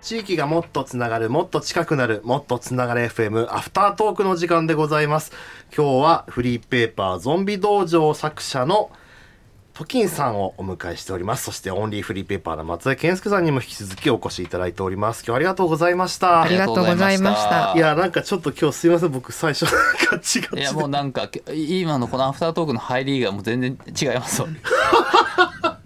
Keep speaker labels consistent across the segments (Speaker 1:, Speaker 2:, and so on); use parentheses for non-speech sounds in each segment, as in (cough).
Speaker 1: 地域がもっとつながる、もっと近くなる、もっとつながる FM アフタートークの時間でございます。今日はフリーペーパーゾンビ道場作者のトキンさんをお迎えしております。そしてオンリーフリーペーパーの松田健介さんにも引き続きお越しいただいております。今日はありがとうございました
Speaker 2: あり。がとうございました
Speaker 1: いや、なんかちょっと今日すいません、僕最初 (laughs) なんか違っ
Speaker 3: い
Speaker 1: て
Speaker 3: やもうなんか今のこのアフタートークの入りがもう全然違いま
Speaker 1: (laughs)
Speaker 3: すわ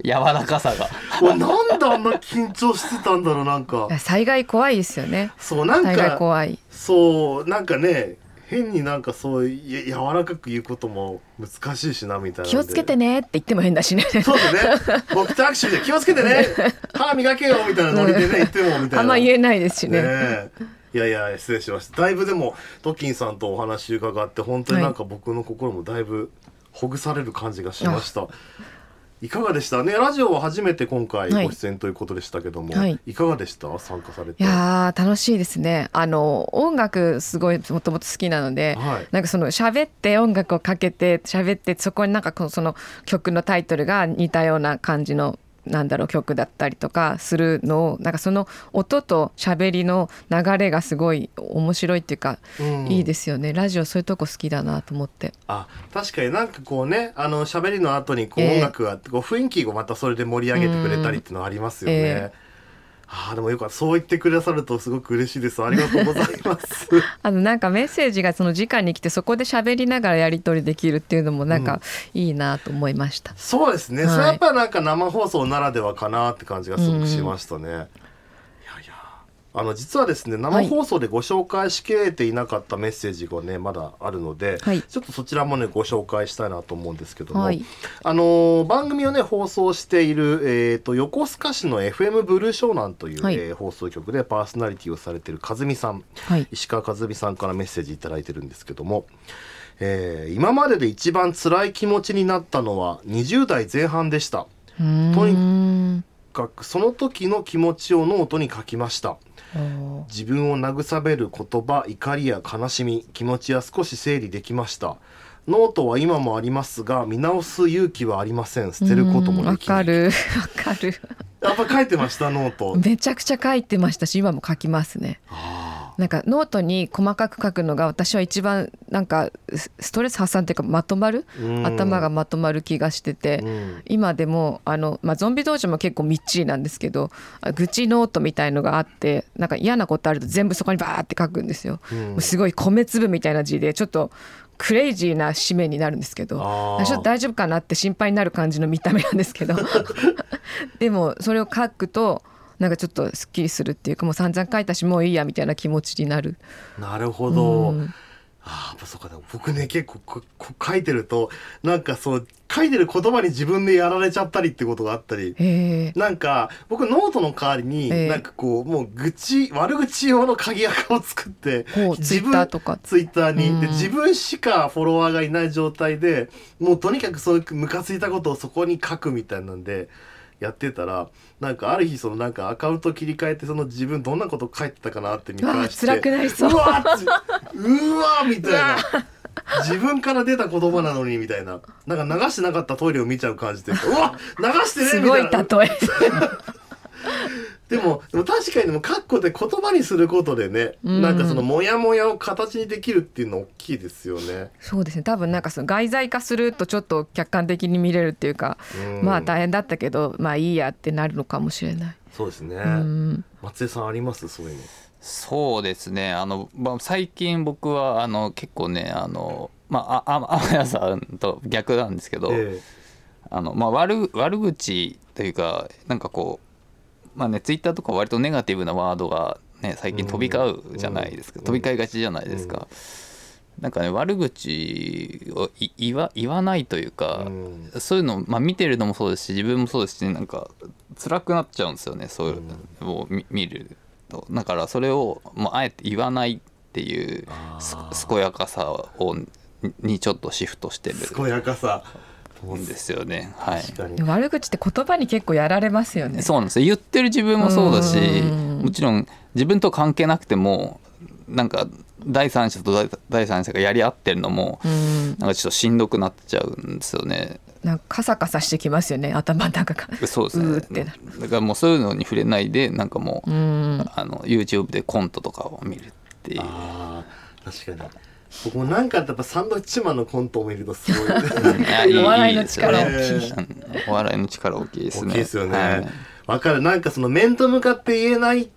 Speaker 3: 柔らかさが
Speaker 1: 俺なんであんな緊張してたんだろうなんか
Speaker 2: 災害怖いですよね
Speaker 1: そうなん
Speaker 2: 災害
Speaker 1: か
Speaker 2: 怖い
Speaker 1: そうなんかね変になんかそうや柔らかく言うことも難しいしなみたいな
Speaker 2: 気をつけてねって言っても変だしね
Speaker 1: そうですね僕と握手で気をつけて
Speaker 2: (laughs)
Speaker 1: ね歯磨けよみたいなノリでね言ってもみたいな
Speaker 2: あんま言えないですしね
Speaker 1: ねえいやいや失礼しましただいぶでもトキンさんとお話伺って本当になんか僕の心もだいぶほぐされる感じがしました、い、かがでしたねラジオは初めて今回
Speaker 2: はい
Speaker 1: ご出演ということでしたけども、
Speaker 2: はい
Speaker 1: い、かがでした参加されて
Speaker 2: いやー楽しいですねあの音楽すごいもともと好きなので、
Speaker 1: はい
Speaker 2: なんかその喋って音楽をかけて喋ってそこになんかこのその曲のタイトルが似たような感じのなんだろう曲だったりとかするのをなんかその音と喋りの流れがすごい面白いっていうか、
Speaker 1: うん
Speaker 2: いいですよねラジオそういうとこ好きだなと思って
Speaker 1: あ確かになんかこうねあの喋りの後にこう
Speaker 2: ええ
Speaker 1: 音楽があって、こう雰囲気をまたそれで盛り上げてくれたりっていうのはありますよね、
Speaker 2: うんええ
Speaker 1: あーでもよかったそう言ってくださるとすごく嬉しいですありがとうございます
Speaker 2: あのなんかメッセージがその直に来てそこで喋りながらやり取りできるっていうのもなんかいいなと思いました、
Speaker 1: そうですね、
Speaker 2: はい
Speaker 1: それはやっぱなんか生放送ならではかなって感じがすごくしましたね。いやいやあの実はですね生放送でご紹介しきれていなかったメッセージがねまだあるので、
Speaker 2: はい
Speaker 1: ちょっとそちらもねご紹介したいなと思うんですけども、
Speaker 2: はい
Speaker 1: あのー番組をね放送している、えー、と横須賀市の FM ブルー湘南という、
Speaker 2: はい
Speaker 1: えー放送局でパーソナリティをされている和美さん、
Speaker 2: はい
Speaker 1: 石川和美さんからメッセージいただいてるんですけども、えー今までで一番辛い気持ちになったのは20代前半でした
Speaker 2: うーん
Speaker 1: とがその時の気持ちをノートに書きました
Speaker 2: おー
Speaker 1: 自分を慰める言葉怒りや悲しみ気持ちは少し整理できましたノートは今もありますが見直す勇気はありません捨てることも
Speaker 2: うんわ
Speaker 1: できな
Speaker 2: か
Speaker 1: い
Speaker 2: るわかる
Speaker 1: やっぱ書いてましたノート
Speaker 2: めちゃくちゃ書いてましたし今も書きますね
Speaker 1: あ
Speaker 2: なんかノートに細かく書くのが私は一番なんかスストレス発散っていうかまとまる
Speaker 1: ーうん
Speaker 2: 頭がまとまる気がしてて、
Speaker 1: うん
Speaker 2: 今でもあの、まあ、ゾンビ道場も結構みっちりなんですけどあ愚痴ノートみたいのがあってなんか嫌なことあると全部そこにバーって書くんですよ。
Speaker 1: うん
Speaker 2: もうすごい米粒みたいな字でちょっとクレイジーな締めになるんですけど
Speaker 1: あー
Speaker 2: あちょっと大丈夫かなって心配になる感じの見た目なんですけどでもそれを書くとなんかちょっとすっきりするっていうかもう散々書いたしもういいやみたいな気持ちになる。
Speaker 1: なるほど、
Speaker 2: うん
Speaker 1: ああ、やっぱそうか、でも僕ね、結構ここ書いてると、なんかそう、書いてる言葉に自分でやられちゃったりってことがあったり、
Speaker 2: へー
Speaker 1: なんか、僕ノートの代わりに、
Speaker 2: ええ
Speaker 1: なんかこう、もう愚痴、悪口用の鍵垢を作って
Speaker 2: こ、うツイッターとか
Speaker 1: ツイッターに。で、
Speaker 2: うん
Speaker 1: 自分しかフォロワーがいない状態で、もうとにかくそういうムカついたことをそこに書くみたいなんで、やってたら、なんかある日、そのなんかアカウント切り替えて、その自分どんなこと書いてたかなって見
Speaker 2: あ
Speaker 1: 返
Speaker 2: ー
Speaker 1: して。
Speaker 2: 辛くなりそう
Speaker 1: うわーっつうわーみたいな自分から出た言葉なのにみたいななんか流してなかったトイレを見ちゃう感じでうわ流してね
Speaker 2: す
Speaker 1: み
Speaker 2: ご
Speaker 1: た
Speaker 2: い
Speaker 1: い
Speaker 2: 例
Speaker 1: な
Speaker 2: え。
Speaker 1: でもでも確かにでもカッコで言葉にすることでね、
Speaker 2: うん
Speaker 1: なんかそのモヤモヤを形にできるっていうの大きいですよね、
Speaker 2: そうですね多分なんかその外在化するとちょっと客観的に見れるっていうか、
Speaker 1: うん
Speaker 2: まあ大変だったけどまあいいやってなるのかもしれない。
Speaker 1: そうですね、
Speaker 2: うん
Speaker 1: 松江さんありますそういうの
Speaker 3: そうですねあの、まあ、最近僕はあの結構ねあのまあああ天谷さんと逆なんですけど、
Speaker 1: え
Speaker 3: あのまあ、悪悪口というかなんかこうまあねツイッターとか割とネガティブなワードが、ね、最近飛び交うじゃないですか、
Speaker 1: うん
Speaker 3: 飛び交いがちじゃないですか、なんかね悪口をい言わ言わないという
Speaker 1: え
Speaker 3: か、
Speaker 1: うん
Speaker 3: そういうの、まあ、見てるのもそうですし自分もそうですしなんか辛くなっちゃうんですよねそういうのを見見るとだからそれをもうあえて言わないっていう
Speaker 1: あ
Speaker 3: す
Speaker 1: ー
Speaker 3: 健やかさをににちょっとシフトしてる
Speaker 1: 健やかさ
Speaker 3: んですよねはい
Speaker 1: 確かに
Speaker 2: でも悪口って言葉に結構やられますよね。
Speaker 3: そうなんですよ言ってる自分もそうだし
Speaker 2: うん
Speaker 3: もちろん自分と関係なくてもなんか第三者と第第三者がやり合ってるのも
Speaker 2: うん、
Speaker 3: なんかちょっとしんどくなっちゃうんですよね。
Speaker 2: なんかカサカサしてきますよね頭の中が
Speaker 3: そうです
Speaker 2: う
Speaker 3: ね
Speaker 2: ーってなる
Speaker 3: だからもうそういうのに触れないでなんかもう、
Speaker 2: うん
Speaker 3: あの YouTube でコントとかを見るっていう
Speaker 1: あー確かに僕もなんかやっぱサンドウィッチマンのコントを見るとすごい
Speaker 3: (laughs) や
Speaker 2: (laughs) お笑いの力
Speaker 3: いいですよ
Speaker 1: 大
Speaker 3: ねうんお笑いの力大きいです
Speaker 1: 大
Speaker 3: ね
Speaker 1: きいですよね。
Speaker 3: は
Speaker 1: わ、
Speaker 3: い
Speaker 1: かる。なんかその面と向かって言えない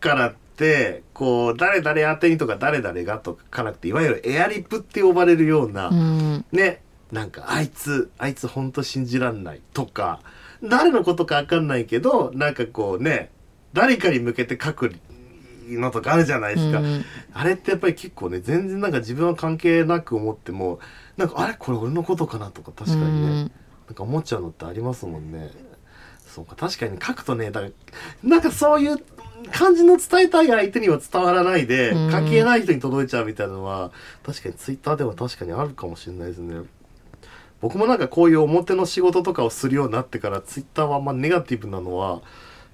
Speaker 1: からって、こう、誰々宛てにとか誰々がとかかなくて、いわゆるエアリップって呼ばれるような、
Speaker 2: うん
Speaker 1: ね、なんかあいつ、あいつほんと信じらんないとか、誰のことかわかんないけど、なんかこうね、誰かに向けて書くのとかあるじゃないですか。
Speaker 2: うん
Speaker 1: あれってやっぱり結構ね、全然なんか自分は関係なく思っても、なんかあれこれ俺のことかなとか確かにね。なんか思っちゃうのってありますもんね。そうか確かに書くとねだからなんかそういう感じの伝えたい相手には伝わらないで
Speaker 2: うん
Speaker 1: 関係ない人に届いちゃうみたいなのは確かにツイッターでは確かにあるかもしれないですね。僕もなんかこういう表の仕事とかをするようになってからツイッターはあんまネガティブなのは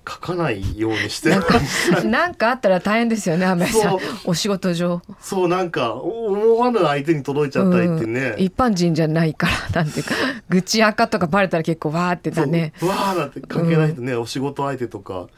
Speaker 1: 書かないようにして (laughs)
Speaker 2: うんなんかあったら大変ですよね雨さん
Speaker 1: そう
Speaker 2: お仕事上、
Speaker 1: そうなんか思わぬ相手に届いちゃったりってね
Speaker 2: うん、一般人じゃないからなんていうか愚痴赤とかバレたら結構わーってだね
Speaker 1: そううわーなんて関係ない人ね、お仕事相手とか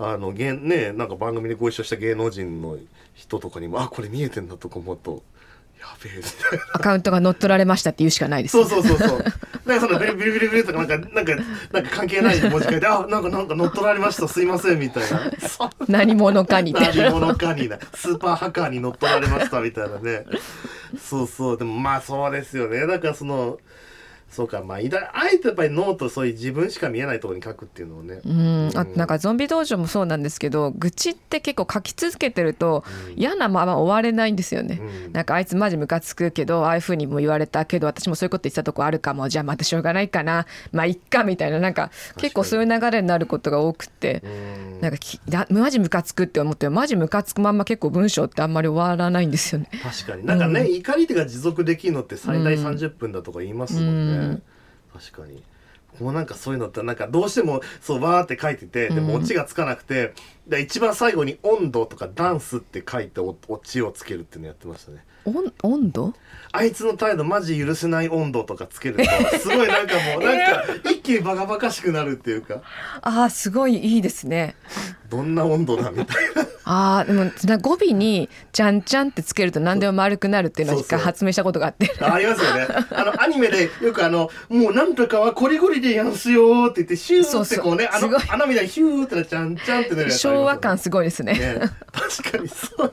Speaker 1: あの芸ねなんか番組でご一緒した芸能人の人とかにも「あこれ見えてんだ」とか思うと「やべえ」みたい (laughs) な。
Speaker 2: アカウントが乗っ取られましたって言うしかないです
Speaker 1: そうそうそうそう。なんかそのビリビリビリビリとかなんかなんかなんか関係ない文字書いて「あなんかなんか乗っ取られましたすいません」みたいな。 (laughs) そう
Speaker 2: 何者かにって
Speaker 1: 何者か (laughs) になスーパーハッカーに乗っ取られましたみたいなねそうそうでもまあそうですよねだからそのそうかまあいだあえてやっぱりノートそういう自分しか見えないところに書くっていうのをね
Speaker 2: うん、あとなんかゾンビ道場もそうなんですけど愚痴って結構書き続けてると嫌なまま終われないんですよね、
Speaker 1: うん
Speaker 2: なんかあいつマジムカつくけどああいうふうにも言われたけど私もそういうこと言ってたとこあるかもじゃあまたしょうがないかなまあいっかみたいななんか結構そういう流れになることが多くて
Speaker 1: う。ん
Speaker 2: なんかきだマジムカつくって思ってもマジムカつくまんま結構文章ってあんまり終わらないんですよね。
Speaker 1: 確かになんかね、怒りが持続できるのって最大
Speaker 2: うん
Speaker 1: 30分だとか言いますもんね、
Speaker 2: うん
Speaker 1: 確かに僕もなんかそういうのってなんかどうしてもそうわーって書いててでも
Speaker 2: うん
Speaker 1: オチがつかなくて、で一番最後に「温度」とか「ダンス」って書いておオチをつけるっていうのやってましたね
Speaker 2: 温温度
Speaker 1: あいつの態度マジ許せない温度とかつけるとすごいなんかもう (laughs) なんか一気にバカバカしくなるっていうか
Speaker 2: ああすごいいいですね。
Speaker 1: どんな温度だみたいな
Speaker 2: ああでもな語尾に「ちゃんちゃん」ってつけると何でも丸くなるっていうのを
Speaker 1: そ
Speaker 2: 一
Speaker 1: う
Speaker 2: 回
Speaker 1: そう
Speaker 2: 発明したことがあって
Speaker 1: あありますよねあのアニメでよくあのもうなんとかはこりごりでやんすよーって言ってシューってこうね
Speaker 2: そうそう
Speaker 1: あの穴みたいにヒューってなっちゃんちゃんってなるやつありま
Speaker 2: 昭
Speaker 1: すよね
Speaker 2: 和感すごいですね。
Speaker 1: ね確かにそう (laughs) いう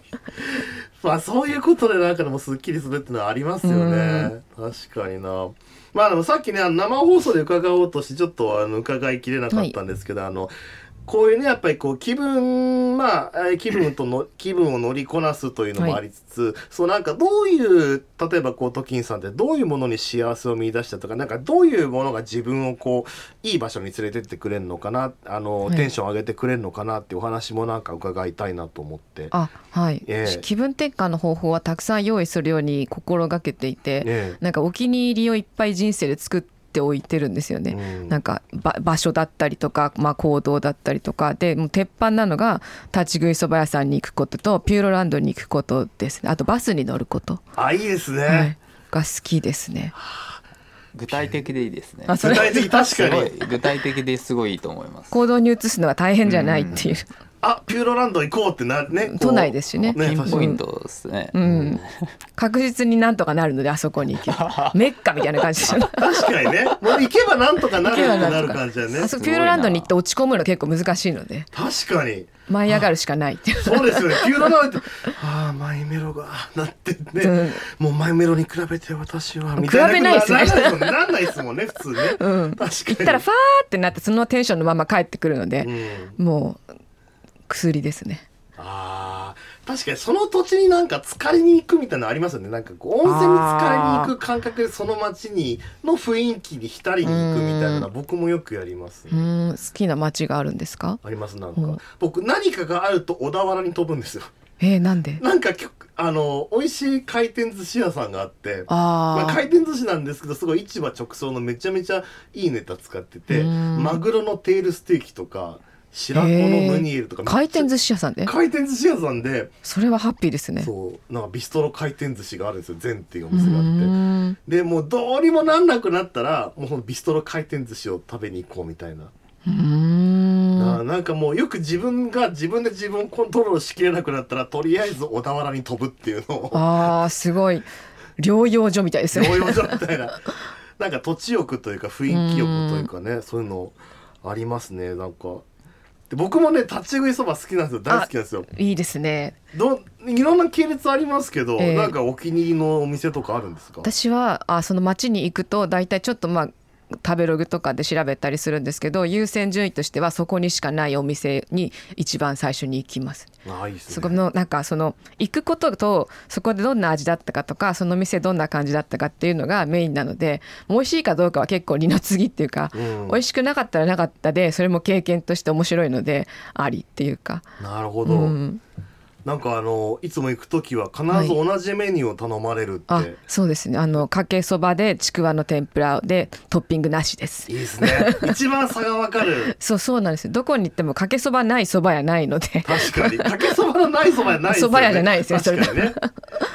Speaker 1: まあそういうことでなんかでもすっきりするってのはありますよね確かになまあでもさっきねあの生放送で伺おうとしてちょっとあの伺いきれなかったんですけど、あのこういうねやっぱりこう気分まあえー気分との気分を乗りこなすというのもありつつ、そうなんかどういう例えばこうトキンさんってどういうものに幸せを見出したとかなんかどういうものが自分をこういい場所に連れてってくれるのかなあの、
Speaker 2: はい
Speaker 1: テンション上げてくれるのかなっていうお話もなんか伺いたいなと思って。
Speaker 2: あはい、
Speaker 1: ええ
Speaker 2: 気分転換の方法はたくさん用意するように心がけていて、
Speaker 1: え
Speaker 2: なんかお気に入りをいっぱい人生で作っておいてるんですよ
Speaker 1: え
Speaker 2: ね。
Speaker 1: うん
Speaker 2: なんかば場所だったりとか、まあ、行動だったりとかでもう鉄板なのが立ち食いそば屋さんに行くこととピューロランドに行くことですねあとバスに乗ること、
Speaker 1: あいいですね、
Speaker 2: はい、が好きですね。
Speaker 3: 具体的でいいですね
Speaker 2: あそ
Speaker 1: 具
Speaker 2: れ
Speaker 1: 体的確
Speaker 3: す
Speaker 1: か
Speaker 3: ごい
Speaker 1: に
Speaker 3: 具体的ですごいいいと思います
Speaker 2: 行動に移すのは大変じゃないっていう、
Speaker 1: あピューロランド行こうってなねこう
Speaker 2: 都内ですしね
Speaker 1: ね
Speaker 3: ピン
Speaker 1: 確か
Speaker 3: ポイ
Speaker 1: に
Speaker 3: ントですね、
Speaker 2: うん、確実になんとかなるのであそこに行
Speaker 1: (laughs)
Speaker 2: けばメッカみたいな感じですよね
Speaker 1: 確か
Speaker 2: (laughs)
Speaker 1: にねもう行けばなんとかなる
Speaker 2: 行けば
Speaker 1: な
Speaker 2: なん
Speaker 1: る
Speaker 2: とか
Speaker 1: 感じだね
Speaker 2: あそこピューロランドに行って落ち込むの結構難しいので
Speaker 1: 確かに
Speaker 2: 舞い上がるしかないっていう
Speaker 1: そうですよね。
Speaker 2: (laughs)
Speaker 1: ピューロランドって、ああ、マイメロが、なってね、もうマイメロに比べて私は、みたい
Speaker 2: 比べないですよね
Speaker 1: なならないですもんね、普通ね。
Speaker 2: (laughs) うん
Speaker 1: 確かに。
Speaker 2: 行ったらファーってなってそのテンションのまま帰ってくるの
Speaker 1: う
Speaker 2: で、
Speaker 1: ん、
Speaker 2: もう薬ですね
Speaker 1: ああ、確かにその土地になんか疲れに行くみたいなのありますよね。なんかこう、温泉に疲れに行く感覚で、その街に、の雰囲気に浸りに行くみたいなのは僕もよくやります。
Speaker 2: うん好きな街があるんですか
Speaker 1: ありますなん
Speaker 2: うん
Speaker 1: か僕何かがあると小田原に飛ぶんですよ (laughs)
Speaker 2: えー、なんで
Speaker 1: なんかきょあの美味しい回転寿司屋さんがあってまあ、
Speaker 2: あ
Speaker 1: 回転寿司なんですけどすごい市場直送のめちゃめちゃいいネタ使ってて
Speaker 2: うん
Speaker 1: マグロのテールステーキとか白子のムニエルとか
Speaker 2: 回転
Speaker 1: 司
Speaker 2: 寿司屋さんで
Speaker 1: 回転寿司屋さんで
Speaker 2: それはハッピーですね
Speaker 1: そうなんかビストロ回転寿司があるんですよ善っていうお
Speaker 2: う
Speaker 1: 店があって。
Speaker 2: ーん
Speaker 1: でもうどうにもなんなくなったらもうそのビストロ回転寿司を食べに行こうみたいな、
Speaker 2: うー
Speaker 1: なんなんかもうよく自分が自分で自分をコントロールしきれなくなったらとりあえず小田原に飛ぶっていうの (laughs) を
Speaker 2: あーすごい療養所みたいですね
Speaker 1: 療養所みたいななんか土地欲というか雰囲気欲というかねそういうのありますねなんか。で僕もね立ち食いそば好きなんですよ大好きなんですよ
Speaker 2: (laughs) いいですね
Speaker 1: どいろんな系列ありますけど、
Speaker 2: ええ
Speaker 1: なんかお気に入りのお店とかあるんですか
Speaker 2: 私はあその町に行くと大体ちょっとまあ食べログとかで調べたりするんですけど優先順位としてはそこにしかないお店に一番最初に行きます。
Speaker 1: あいいですね
Speaker 2: そこのなんかその行くこととそこでどんな味だったかとかその店どんな感じだったかっていうのがメインなのでもう美味しいかどうかは結構二の次っていうか、
Speaker 1: うん
Speaker 2: 美味しくなかったらなかったでそれも経験として面白いのでありっていうか、
Speaker 1: なるほ
Speaker 2: う
Speaker 1: ど、
Speaker 2: ん、
Speaker 1: なんかあのいつも行く時は必ず同じメニューを頼まれるって、
Speaker 2: あ
Speaker 1: い、
Speaker 2: そうですねあのかけそばでちくわの天ぷらでトッピングなしです
Speaker 1: い。です
Speaker 2: (laughs)
Speaker 1: ね一番差がわかる
Speaker 2: そうそうなんですよどこに行ってもかけそばないそば屋ないので
Speaker 1: 確か
Speaker 2: (laughs)
Speaker 1: にかけそばのないそばじゃないですよね
Speaker 2: そば屋じゃないですよそれ
Speaker 1: 確かにね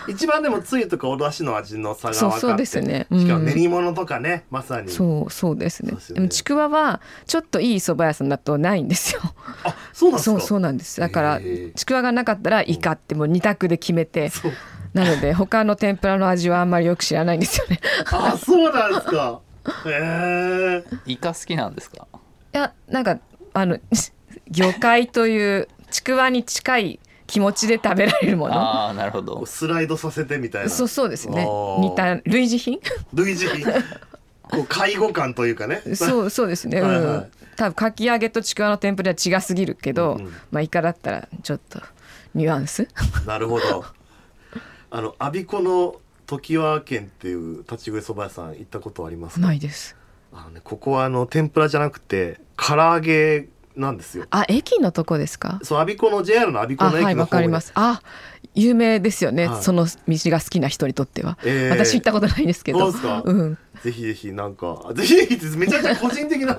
Speaker 1: 一番でもつゆとかお出汁の味の差が分かって
Speaker 2: そうそうですねうん
Speaker 1: しかも練り物とかねまさに
Speaker 2: そうそうですね
Speaker 1: そうで
Speaker 2: で
Speaker 1: すよね
Speaker 2: もちくわはちょっといいそば屋さんだとないんですよ
Speaker 1: あそうなんです
Speaker 2: そ
Speaker 1: か
Speaker 2: うそうなんですだから
Speaker 1: へー
Speaker 2: ちくわがなかったらイカってもう2択で決めて
Speaker 1: そう
Speaker 2: なので他の天ぷらの味はあんまりよく知らないんですよね
Speaker 1: あそうなんですかへえ
Speaker 3: イカ好きなんですか
Speaker 2: いやなんかあの魚介というちくわに近い気持ちで食べられるもの
Speaker 3: ああなるほど
Speaker 1: スライドさせてみたいな
Speaker 2: そうそうですね
Speaker 1: あー
Speaker 2: 似た類似品
Speaker 1: 類似品こう介護感というかね (laughs)
Speaker 2: そうそうですね、う
Speaker 1: はいはい
Speaker 2: ん、多分かき揚げとちくわの天ぷらは違すぎるけど、
Speaker 1: うんうん
Speaker 2: まあイカだったらちょっとニュアンス (laughs)
Speaker 1: なるほど。あの、我孫子の常盤軒っていう立ち食いそば屋さん行ったことありますか。
Speaker 2: ないです
Speaker 1: あのね、ここはあの天ぷらじゃなくて、唐揚げなんですよ。
Speaker 2: あ駅のとこですか
Speaker 1: そう、我孫子の JR の我孫子
Speaker 2: あ
Speaker 1: の駅の方
Speaker 2: はいわかりますあ有名ですよね、
Speaker 1: はい
Speaker 2: その道が好きな人にとっては、
Speaker 1: ええ
Speaker 2: 私行ったことないですけ
Speaker 1: そう
Speaker 2: ど
Speaker 1: ですか
Speaker 2: ん、
Speaker 1: ぜひぜひなんか、ぜひぜひってめちゃくちゃ個人的な、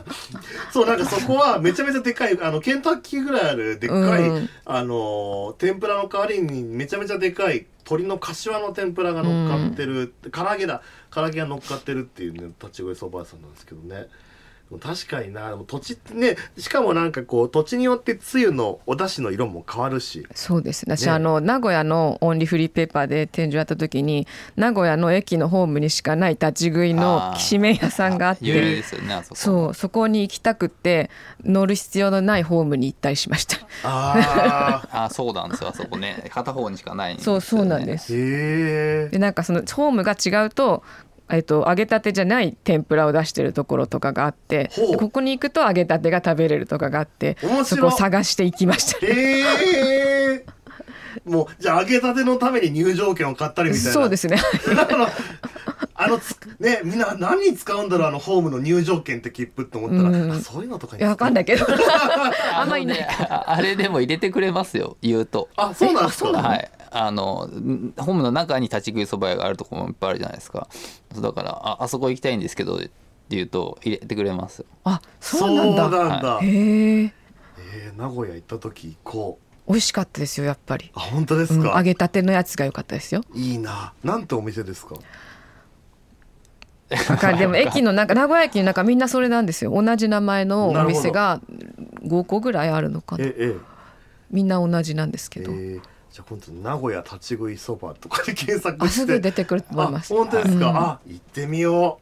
Speaker 1: そうなんかそこはめちゃめちゃでかい、あの、ケンタッキーぐらいあるでっかい、
Speaker 2: うん
Speaker 1: あの、天ぷらの代わりにめちゃめちゃでかい鶏の柏の天ぷらが乗っかってる、唐揚げだ、唐揚げが乗っかってるっていうね、立ち食いそば屋さんなんですけどね。でも確かにな、でも土地ってね、しかもなんかこう、土地によってつゆのお出汁の色も変わるし、
Speaker 2: そうですね私
Speaker 1: ね
Speaker 2: あの名古屋のオンリーフリーペーパーで展示をやった時に名古屋の駅のホームにしかない立ち食いの
Speaker 3: あー
Speaker 2: きしめん屋さんがあっ
Speaker 3: 有名
Speaker 2: て
Speaker 3: ですよねあそこ
Speaker 2: そうそこに行きたくって乗る必要のないホームに行ったりしました
Speaker 1: あ
Speaker 3: あそうなんですよあそこね片方にしかないんですよ
Speaker 2: そう
Speaker 3: ね
Speaker 2: そうなんで
Speaker 1: ー、
Speaker 2: す
Speaker 1: へ
Speaker 2: でなんかそのホームが違うとえっと、揚げたてじゃない天ぷらを出してるところとかがあって
Speaker 1: ほう
Speaker 2: でここに行くと揚げたてが食べれるとかがあって
Speaker 1: 面白い
Speaker 2: そこを探していきま
Speaker 1: (laughs)
Speaker 2: した
Speaker 1: え。へえ。もう、じゃあ揚げたてのために入場券を買ったりみたいな。。
Speaker 2: そうですすね
Speaker 1: あの、あのつ、ね、みんな何に使うんだろう、あの、ホームの入場券って切符って思ったら、
Speaker 2: うん
Speaker 1: あ、そういうのとかに。
Speaker 2: いやわかんないい
Speaker 1: (laughs)
Speaker 2: けどあ
Speaker 3: あ
Speaker 2: んま
Speaker 3: のね
Speaker 2: りいないか
Speaker 3: ああれでも入れてくれますよ言うと
Speaker 1: あ、そうなんですか。
Speaker 3: はい、あのんホームの中に立ち食いそば屋があるとこもいっぱいあるじゃないですかそうだからああそこ行きたいんですけどって言うと入れてくれますよ
Speaker 2: あそ
Speaker 1: そううな
Speaker 2: なんん
Speaker 1: だ。
Speaker 2: だへえ
Speaker 1: えー名古屋行った時行こう。
Speaker 2: 美味しかったですよやっぱり、
Speaker 1: あ、本当で
Speaker 2: う
Speaker 1: す
Speaker 2: ん、
Speaker 1: か。
Speaker 2: 揚げたてのやつが良かったですよ
Speaker 1: いいな。なんてお店ですか。
Speaker 2: だからでも駅の中名古屋駅の中みんなそれなんですよ同じ名前のお店が5個ぐらいあるのかな
Speaker 1: え、え、
Speaker 2: みんな同じなんです
Speaker 1: え
Speaker 2: けど、
Speaker 1: ーじゃあ今度名古屋立ち食いそばとかで検索
Speaker 2: あ
Speaker 1: して
Speaker 2: すぐ出てくると思います
Speaker 1: あ本当ですか、
Speaker 2: うん
Speaker 1: あ行ってみよ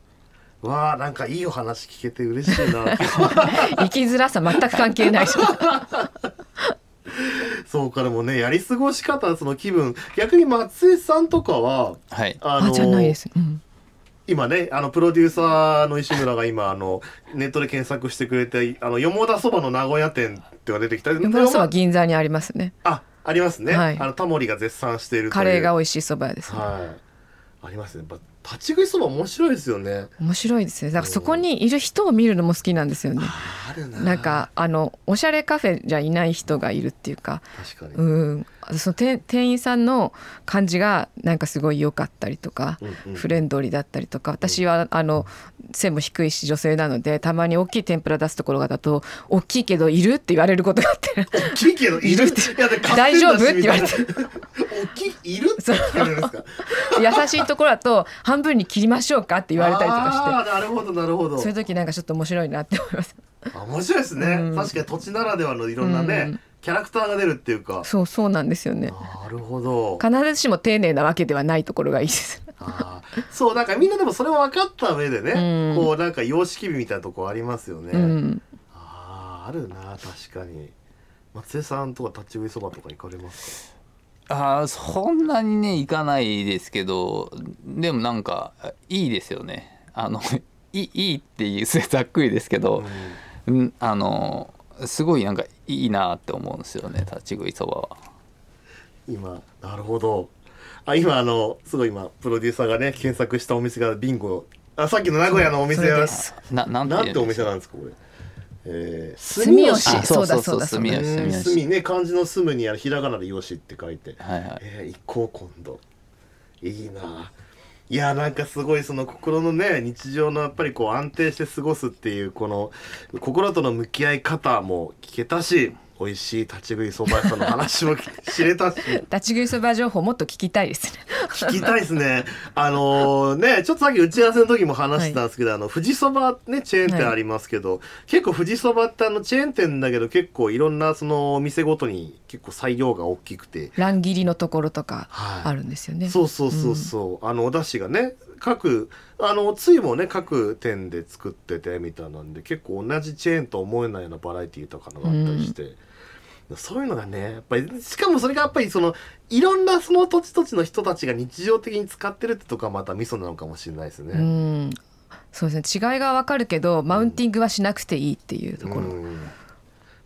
Speaker 1: うわあなんかいいお話聞けて嬉しいな
Speaker 2: (laughs) 生きづらさ全く関係ない
Speaker 1: そうからもねやり過ごし方その気分逆に松井さんとかは
Speaker 3: はい
Speaker 1: あ
Speaker 2: あ
Speaker 1: の
Speaker 2: じゃないです、うん、
Speaker 1: 今ねあのプロデューサーの石村が今あのネットで検索してくれてあのよもだそばの名古屋店っては出てきた
Speaker 2: 山田そば銀座にありますね
Speaker 1: あありますね、
Speaker 2: はい
Speaker 1: あのタモリが絶賛しているという
Speaker 2: カレーが美味しいそば屋ですね、
Speaker 1: はいありますねやっぱ立ち食いそば面白いですよね
Speaker 2: 面白いですねだからそこにいる人を見るのも好きなんですよね
Speaker 1: あるな
Speaker 2: なんかあのおしゃれカフェじゃいない人がいるっていうか
Speaker 1: 確かに、
Speaker 2: うんその店店員さんの感じがなんかすごい良かったりとか、
Speaker 1: うんうん
Speaker 2: フレンドリーだったりとか私はあの背も低いし女性なのでたまに大きい天ぷら出すところがだと大きいけどいるって言われることが
Speaker 1: (laughs)
Speaker 2: あって
Speaker 1: 大きいけどいるっていやだから買
Speaker 2: 大
Speaker 1: ん
Speaker 2: 丈
Speaker 1: だ
Speaker 2: 夫
Speaker 1: し
Speaker 2: って言われて
Speaker 1: みたいな大きいいるって聞かれるんですか
Speaker 2: 優しいところだと半分に切りましょうかって言われたりとか
Speaker 1: あーなるほどなるほど
Speaker 2: してそういう時なんかちょっと面白いなって思います
Speaker 1: あ面白いですね、
Speaker 2: うん
Speaker 1: 確かに土地ならではのいろんなね、
Speaker 2: うん
Speaker 1: キャラクターが出るっていうか
Speaker 2: そうそうなんですよね
Speaker 1: なるほど
Speaker 2: 必ずしも丁寧なわけではないところがいいです
Speaker 1: あーそうなんかみんなでもそれを分かった上でね、
Speaker 2: うん
Speaker 1: こうなんか様式美みたいなとこありますよね、
Speaker 2: うん
Speaker 1: あーあるな確かに松江さんとか立ち食いそばとか行かれます
Speaker 3: あーそんなにね行かないですけどでもなんかいいですよねあのいいいいっていうすごいざっくりですけ
Speaker 1: か、
Speaker 3: ど
Speaker 1: うん、
Speaker 3: んあのすごいなんかいいなって思うんですよね立ち食いそばは。
Speaker 1: 今なるほどあ今あのすごい今プロデューサーがね検索したお店がビンゴあさっきの名古屋のお
Speaker 2: そ
Speaker 1: 店
Speaker 2: れ
Speaker 1: は
Speaker 2: です
Speaker 3: ななんて
Speaker 1: ない
Speaker 3: うんん
Speaker 1: てお
Speaker 3: です
Speaker 1: 店
Speaker 3: か
Speaker 1: なんですかこれ、えー、
Speaker 2: 住吉
Speaker 3: あそうそう
Speaker 2: そ
Speaker 3: そうう
Speaker 2: だそうだ
Speaker 3: 住吉
Speaker 1: う
Speaker 3: 住
Speaker 1: ん
Speaker 3: 吉
Speaker 1: 住みね漢字の住むにあるひらがなでよしって書いて
Speaker 3: はいはい
Speaker 1: えー、行こう今度いいないやなんかすごいその心のね日常のやっぱりこう安定して過ごすっていうこの心との向き合い方も聞けたし美味しい立ち食いそば屋さんの話も知れたし
Speaker 2: 立ち食いそば情報もっと聞きたいですね
Speaker 1: (laughs) 聞きたいですねあのねちょっとさっき打ち合わせの時も話してたんですけど、あの富士そばねチェーン店ありますけど、結構富士そばってあのチェーン店だけど結構いろんなそのお店ごとに結構採用が大きくて
Speaker 2: 乱切りのところとか
Speaker 1: はい
Speaker 2: あるんですよね、
Speaker 1: そうそうそうそう、あのお出汁がね各あのおつゆもね各店で作っててみたいなんで結構同じチェーンと思えないようなバラエティーとかのがあったりして。そういうのがねやっぱりしかもそれがやっぱりそのいろんなその土地土地の人たちが日常的に使ってるってとこがまたミソなのかもしれないです
Speaker 2: う
Speaker 1: ね。
Speaker 2: んそうですね違いがわかるけどマウンティングはしなくていいっていうところ、
Speaker 1: うん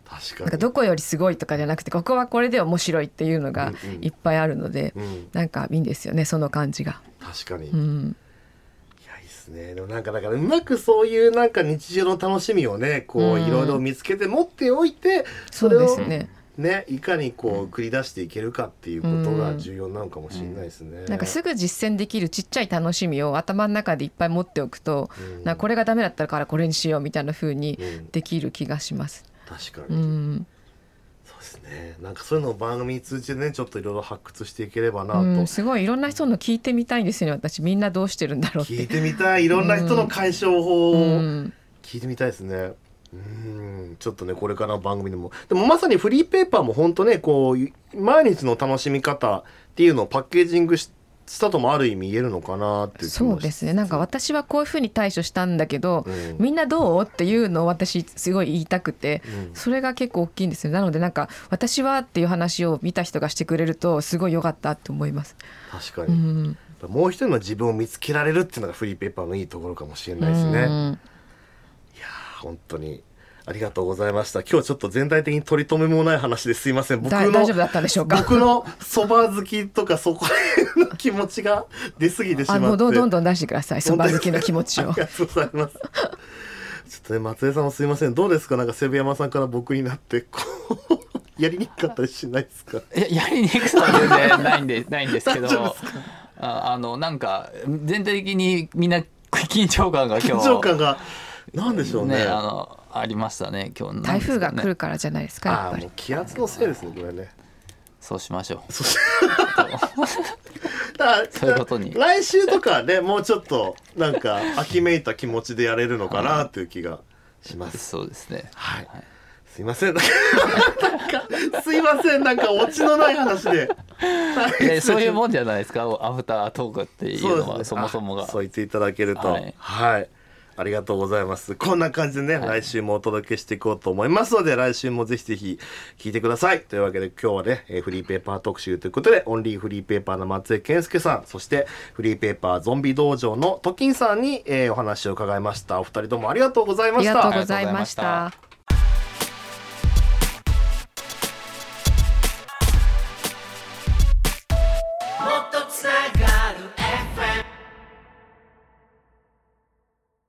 Speaker 1: 確かに
Speaker 2: なんかどこよりすごいとかじゃなくてここはこれで面白いっていうのが
Speaker 1: うんうん
Speaker 2: いっぱいあるので、
Speaker 1: うん、
Speaker 2: なんかいいんですよねその感じが、
Speaker 1: 確かに、
Speaker 2: う
Speaker 1: い
Speaker 2: ん、
Speaker 1: やいいっすねでもなんかだからうまくそういうなんか日常の楽しみをねこう
Speaker 2: うん
Speaker 1: いろいろ見つけて持っておいて、そ
Speaker 2: そ
Speaker 1: うれを
Speaker 2: ですね、
Speaker 1: ね、いかにこう繰り出していけるかっていうことが重要なのかもしれないですね。
Speaker 2: なんかすぐ実践できるちっちゃい楽しみを頭の中でいっぱい持っておくと、
Speaker 1: うん
Speaker 2: なんかこれがダメだったからこれにしようみたいな風に
Speaker 1: うん
Speaker 2: できる気がします、
Speaker 1: 確か
Speaker 2: う
Speaker 1: に、
Speaker 2: ん
Speaker 1: そうですね。なんかそういうのを番組通じてね、ちょっといろいろ発掘していければなと。
Speaker 2: うん、すごいいろんな人の聞いてみたいんですよね私みんなどうしてるんだろうって。
Speaker 1: 聞いてみたい、いろんな人の解消法
Speaker 2: う
Speaker 1: を
Speaker 2: ん
Speaker 1: 聞いてみたいですね。うん、ちょっとね、これからの番組でも、でもまさにフリーペーパーも本当ね、こう毎日の楽しみ方っていうのをパッケージングししたともある意味言えるのかなっていう気もし
Speaker 2: そうですねなんか私はこういうふうに対処したんだけど、
Speaker 1: うん
Speaker 2: みんなどうっていうのを私すごい言いたくて、
Speaker 1: うん
Speaker 2: それが結構大きいんですよなのでなんか私はっていう話を見た人がしてくれるとすごい良かったと思います、
Speaker 1: 確か
Speaker 2: う
Speaker 1: に。
Speaker 2: ん、
Speaker 1: もう一人の自分を見つけられるっていうのがフリーペーパーのいいところかもしれないですね。
Speaker 2: う
Speaker 1: いや
Speaker 2: ん
Speaker 1: ー本当にありがとうございました。今日ちょっと全体的に取り留めもない話ですいません。僕
Speaker 2: だ大丈夫だ
Speaker 1: の
Speaker 2: ったんでしょうか
Speaker 1: 僕のそば好きとかそこら辺の気持ちが出過ぎてしま
Speaker 2: あ
Speaker 1: って。
Speaker 2: もうどんどん
Speaker 1: ん
Speaker 2: どん出してくださいそば好きの気持ち
Speaker 1: あ
Speaker 2: を
Speaker 1: りがとうございます。ちょっとね松江さんもすいません。どうですかなんかセブ山さんから僕になってこう (laughs) やりにくかったりしないですか。
Speaker 3: ややりにくさは全然ないんでないんですけ
Speaker 1: (laughs)
Speaker 3: ど
Speaker 1: 大丈夫で
Speaker 3: ああのなんか全体的にみんな緊張感が今
Speaker 1: 緊
Speaker 3: 日
Speaker 1: 張感がなんでしょうね。
Speaker 3: あのありましたね今日、
Speaker 2: 台風が来るからじゃないですか
Speaker 1: ああ
Speaker 2: やっぱ
Speaker 1: ーも
Speaker 2: り
Speaker 1: う気圧のせいですねこれね。
Speaker 3: そうしましょう
Speaker 1: そしてだ
Speaker 3: そういうことに
Speaker 1: 来週とかねもうちょっとなんか秋めいた気持ちでやれるのかなっていう気がします。
Speaker 3: そうです (laughs) ね
Speaker 1: はい。すいません。なん (laughs) かすいませんなんかオチのない話で。はい
Speaker 3: やそういうもんじゃないですかアフタートークっていうのはそもそも
Speaker 1: あ
Speaker 3: が
Speaker 1: そう言っていただけるとは
Speaker 3: はいい、
Speaker 1: ありがとうございますこんな感じでね、来週もお届けしていこうと思いますので来週もぜひぜひ聞いてくださいというわけで今日はね、えーフリーペーパー特集ということでオンリーフリーペーパーの松江健介さんそしてフリーペーパーゾンビ道場のトキンさんに、えーお話を伺いましたお二人どうもありがとうござい
Speaker 2: あ
Speaker 1: ま
Speaker 2: り
Speaker 1: し
Speaker 2: が
Speaker 1: た
Speaker 2: とうございまし
Speaker 3: ありがとうございま
Speaker 2: た
Speaker 3: し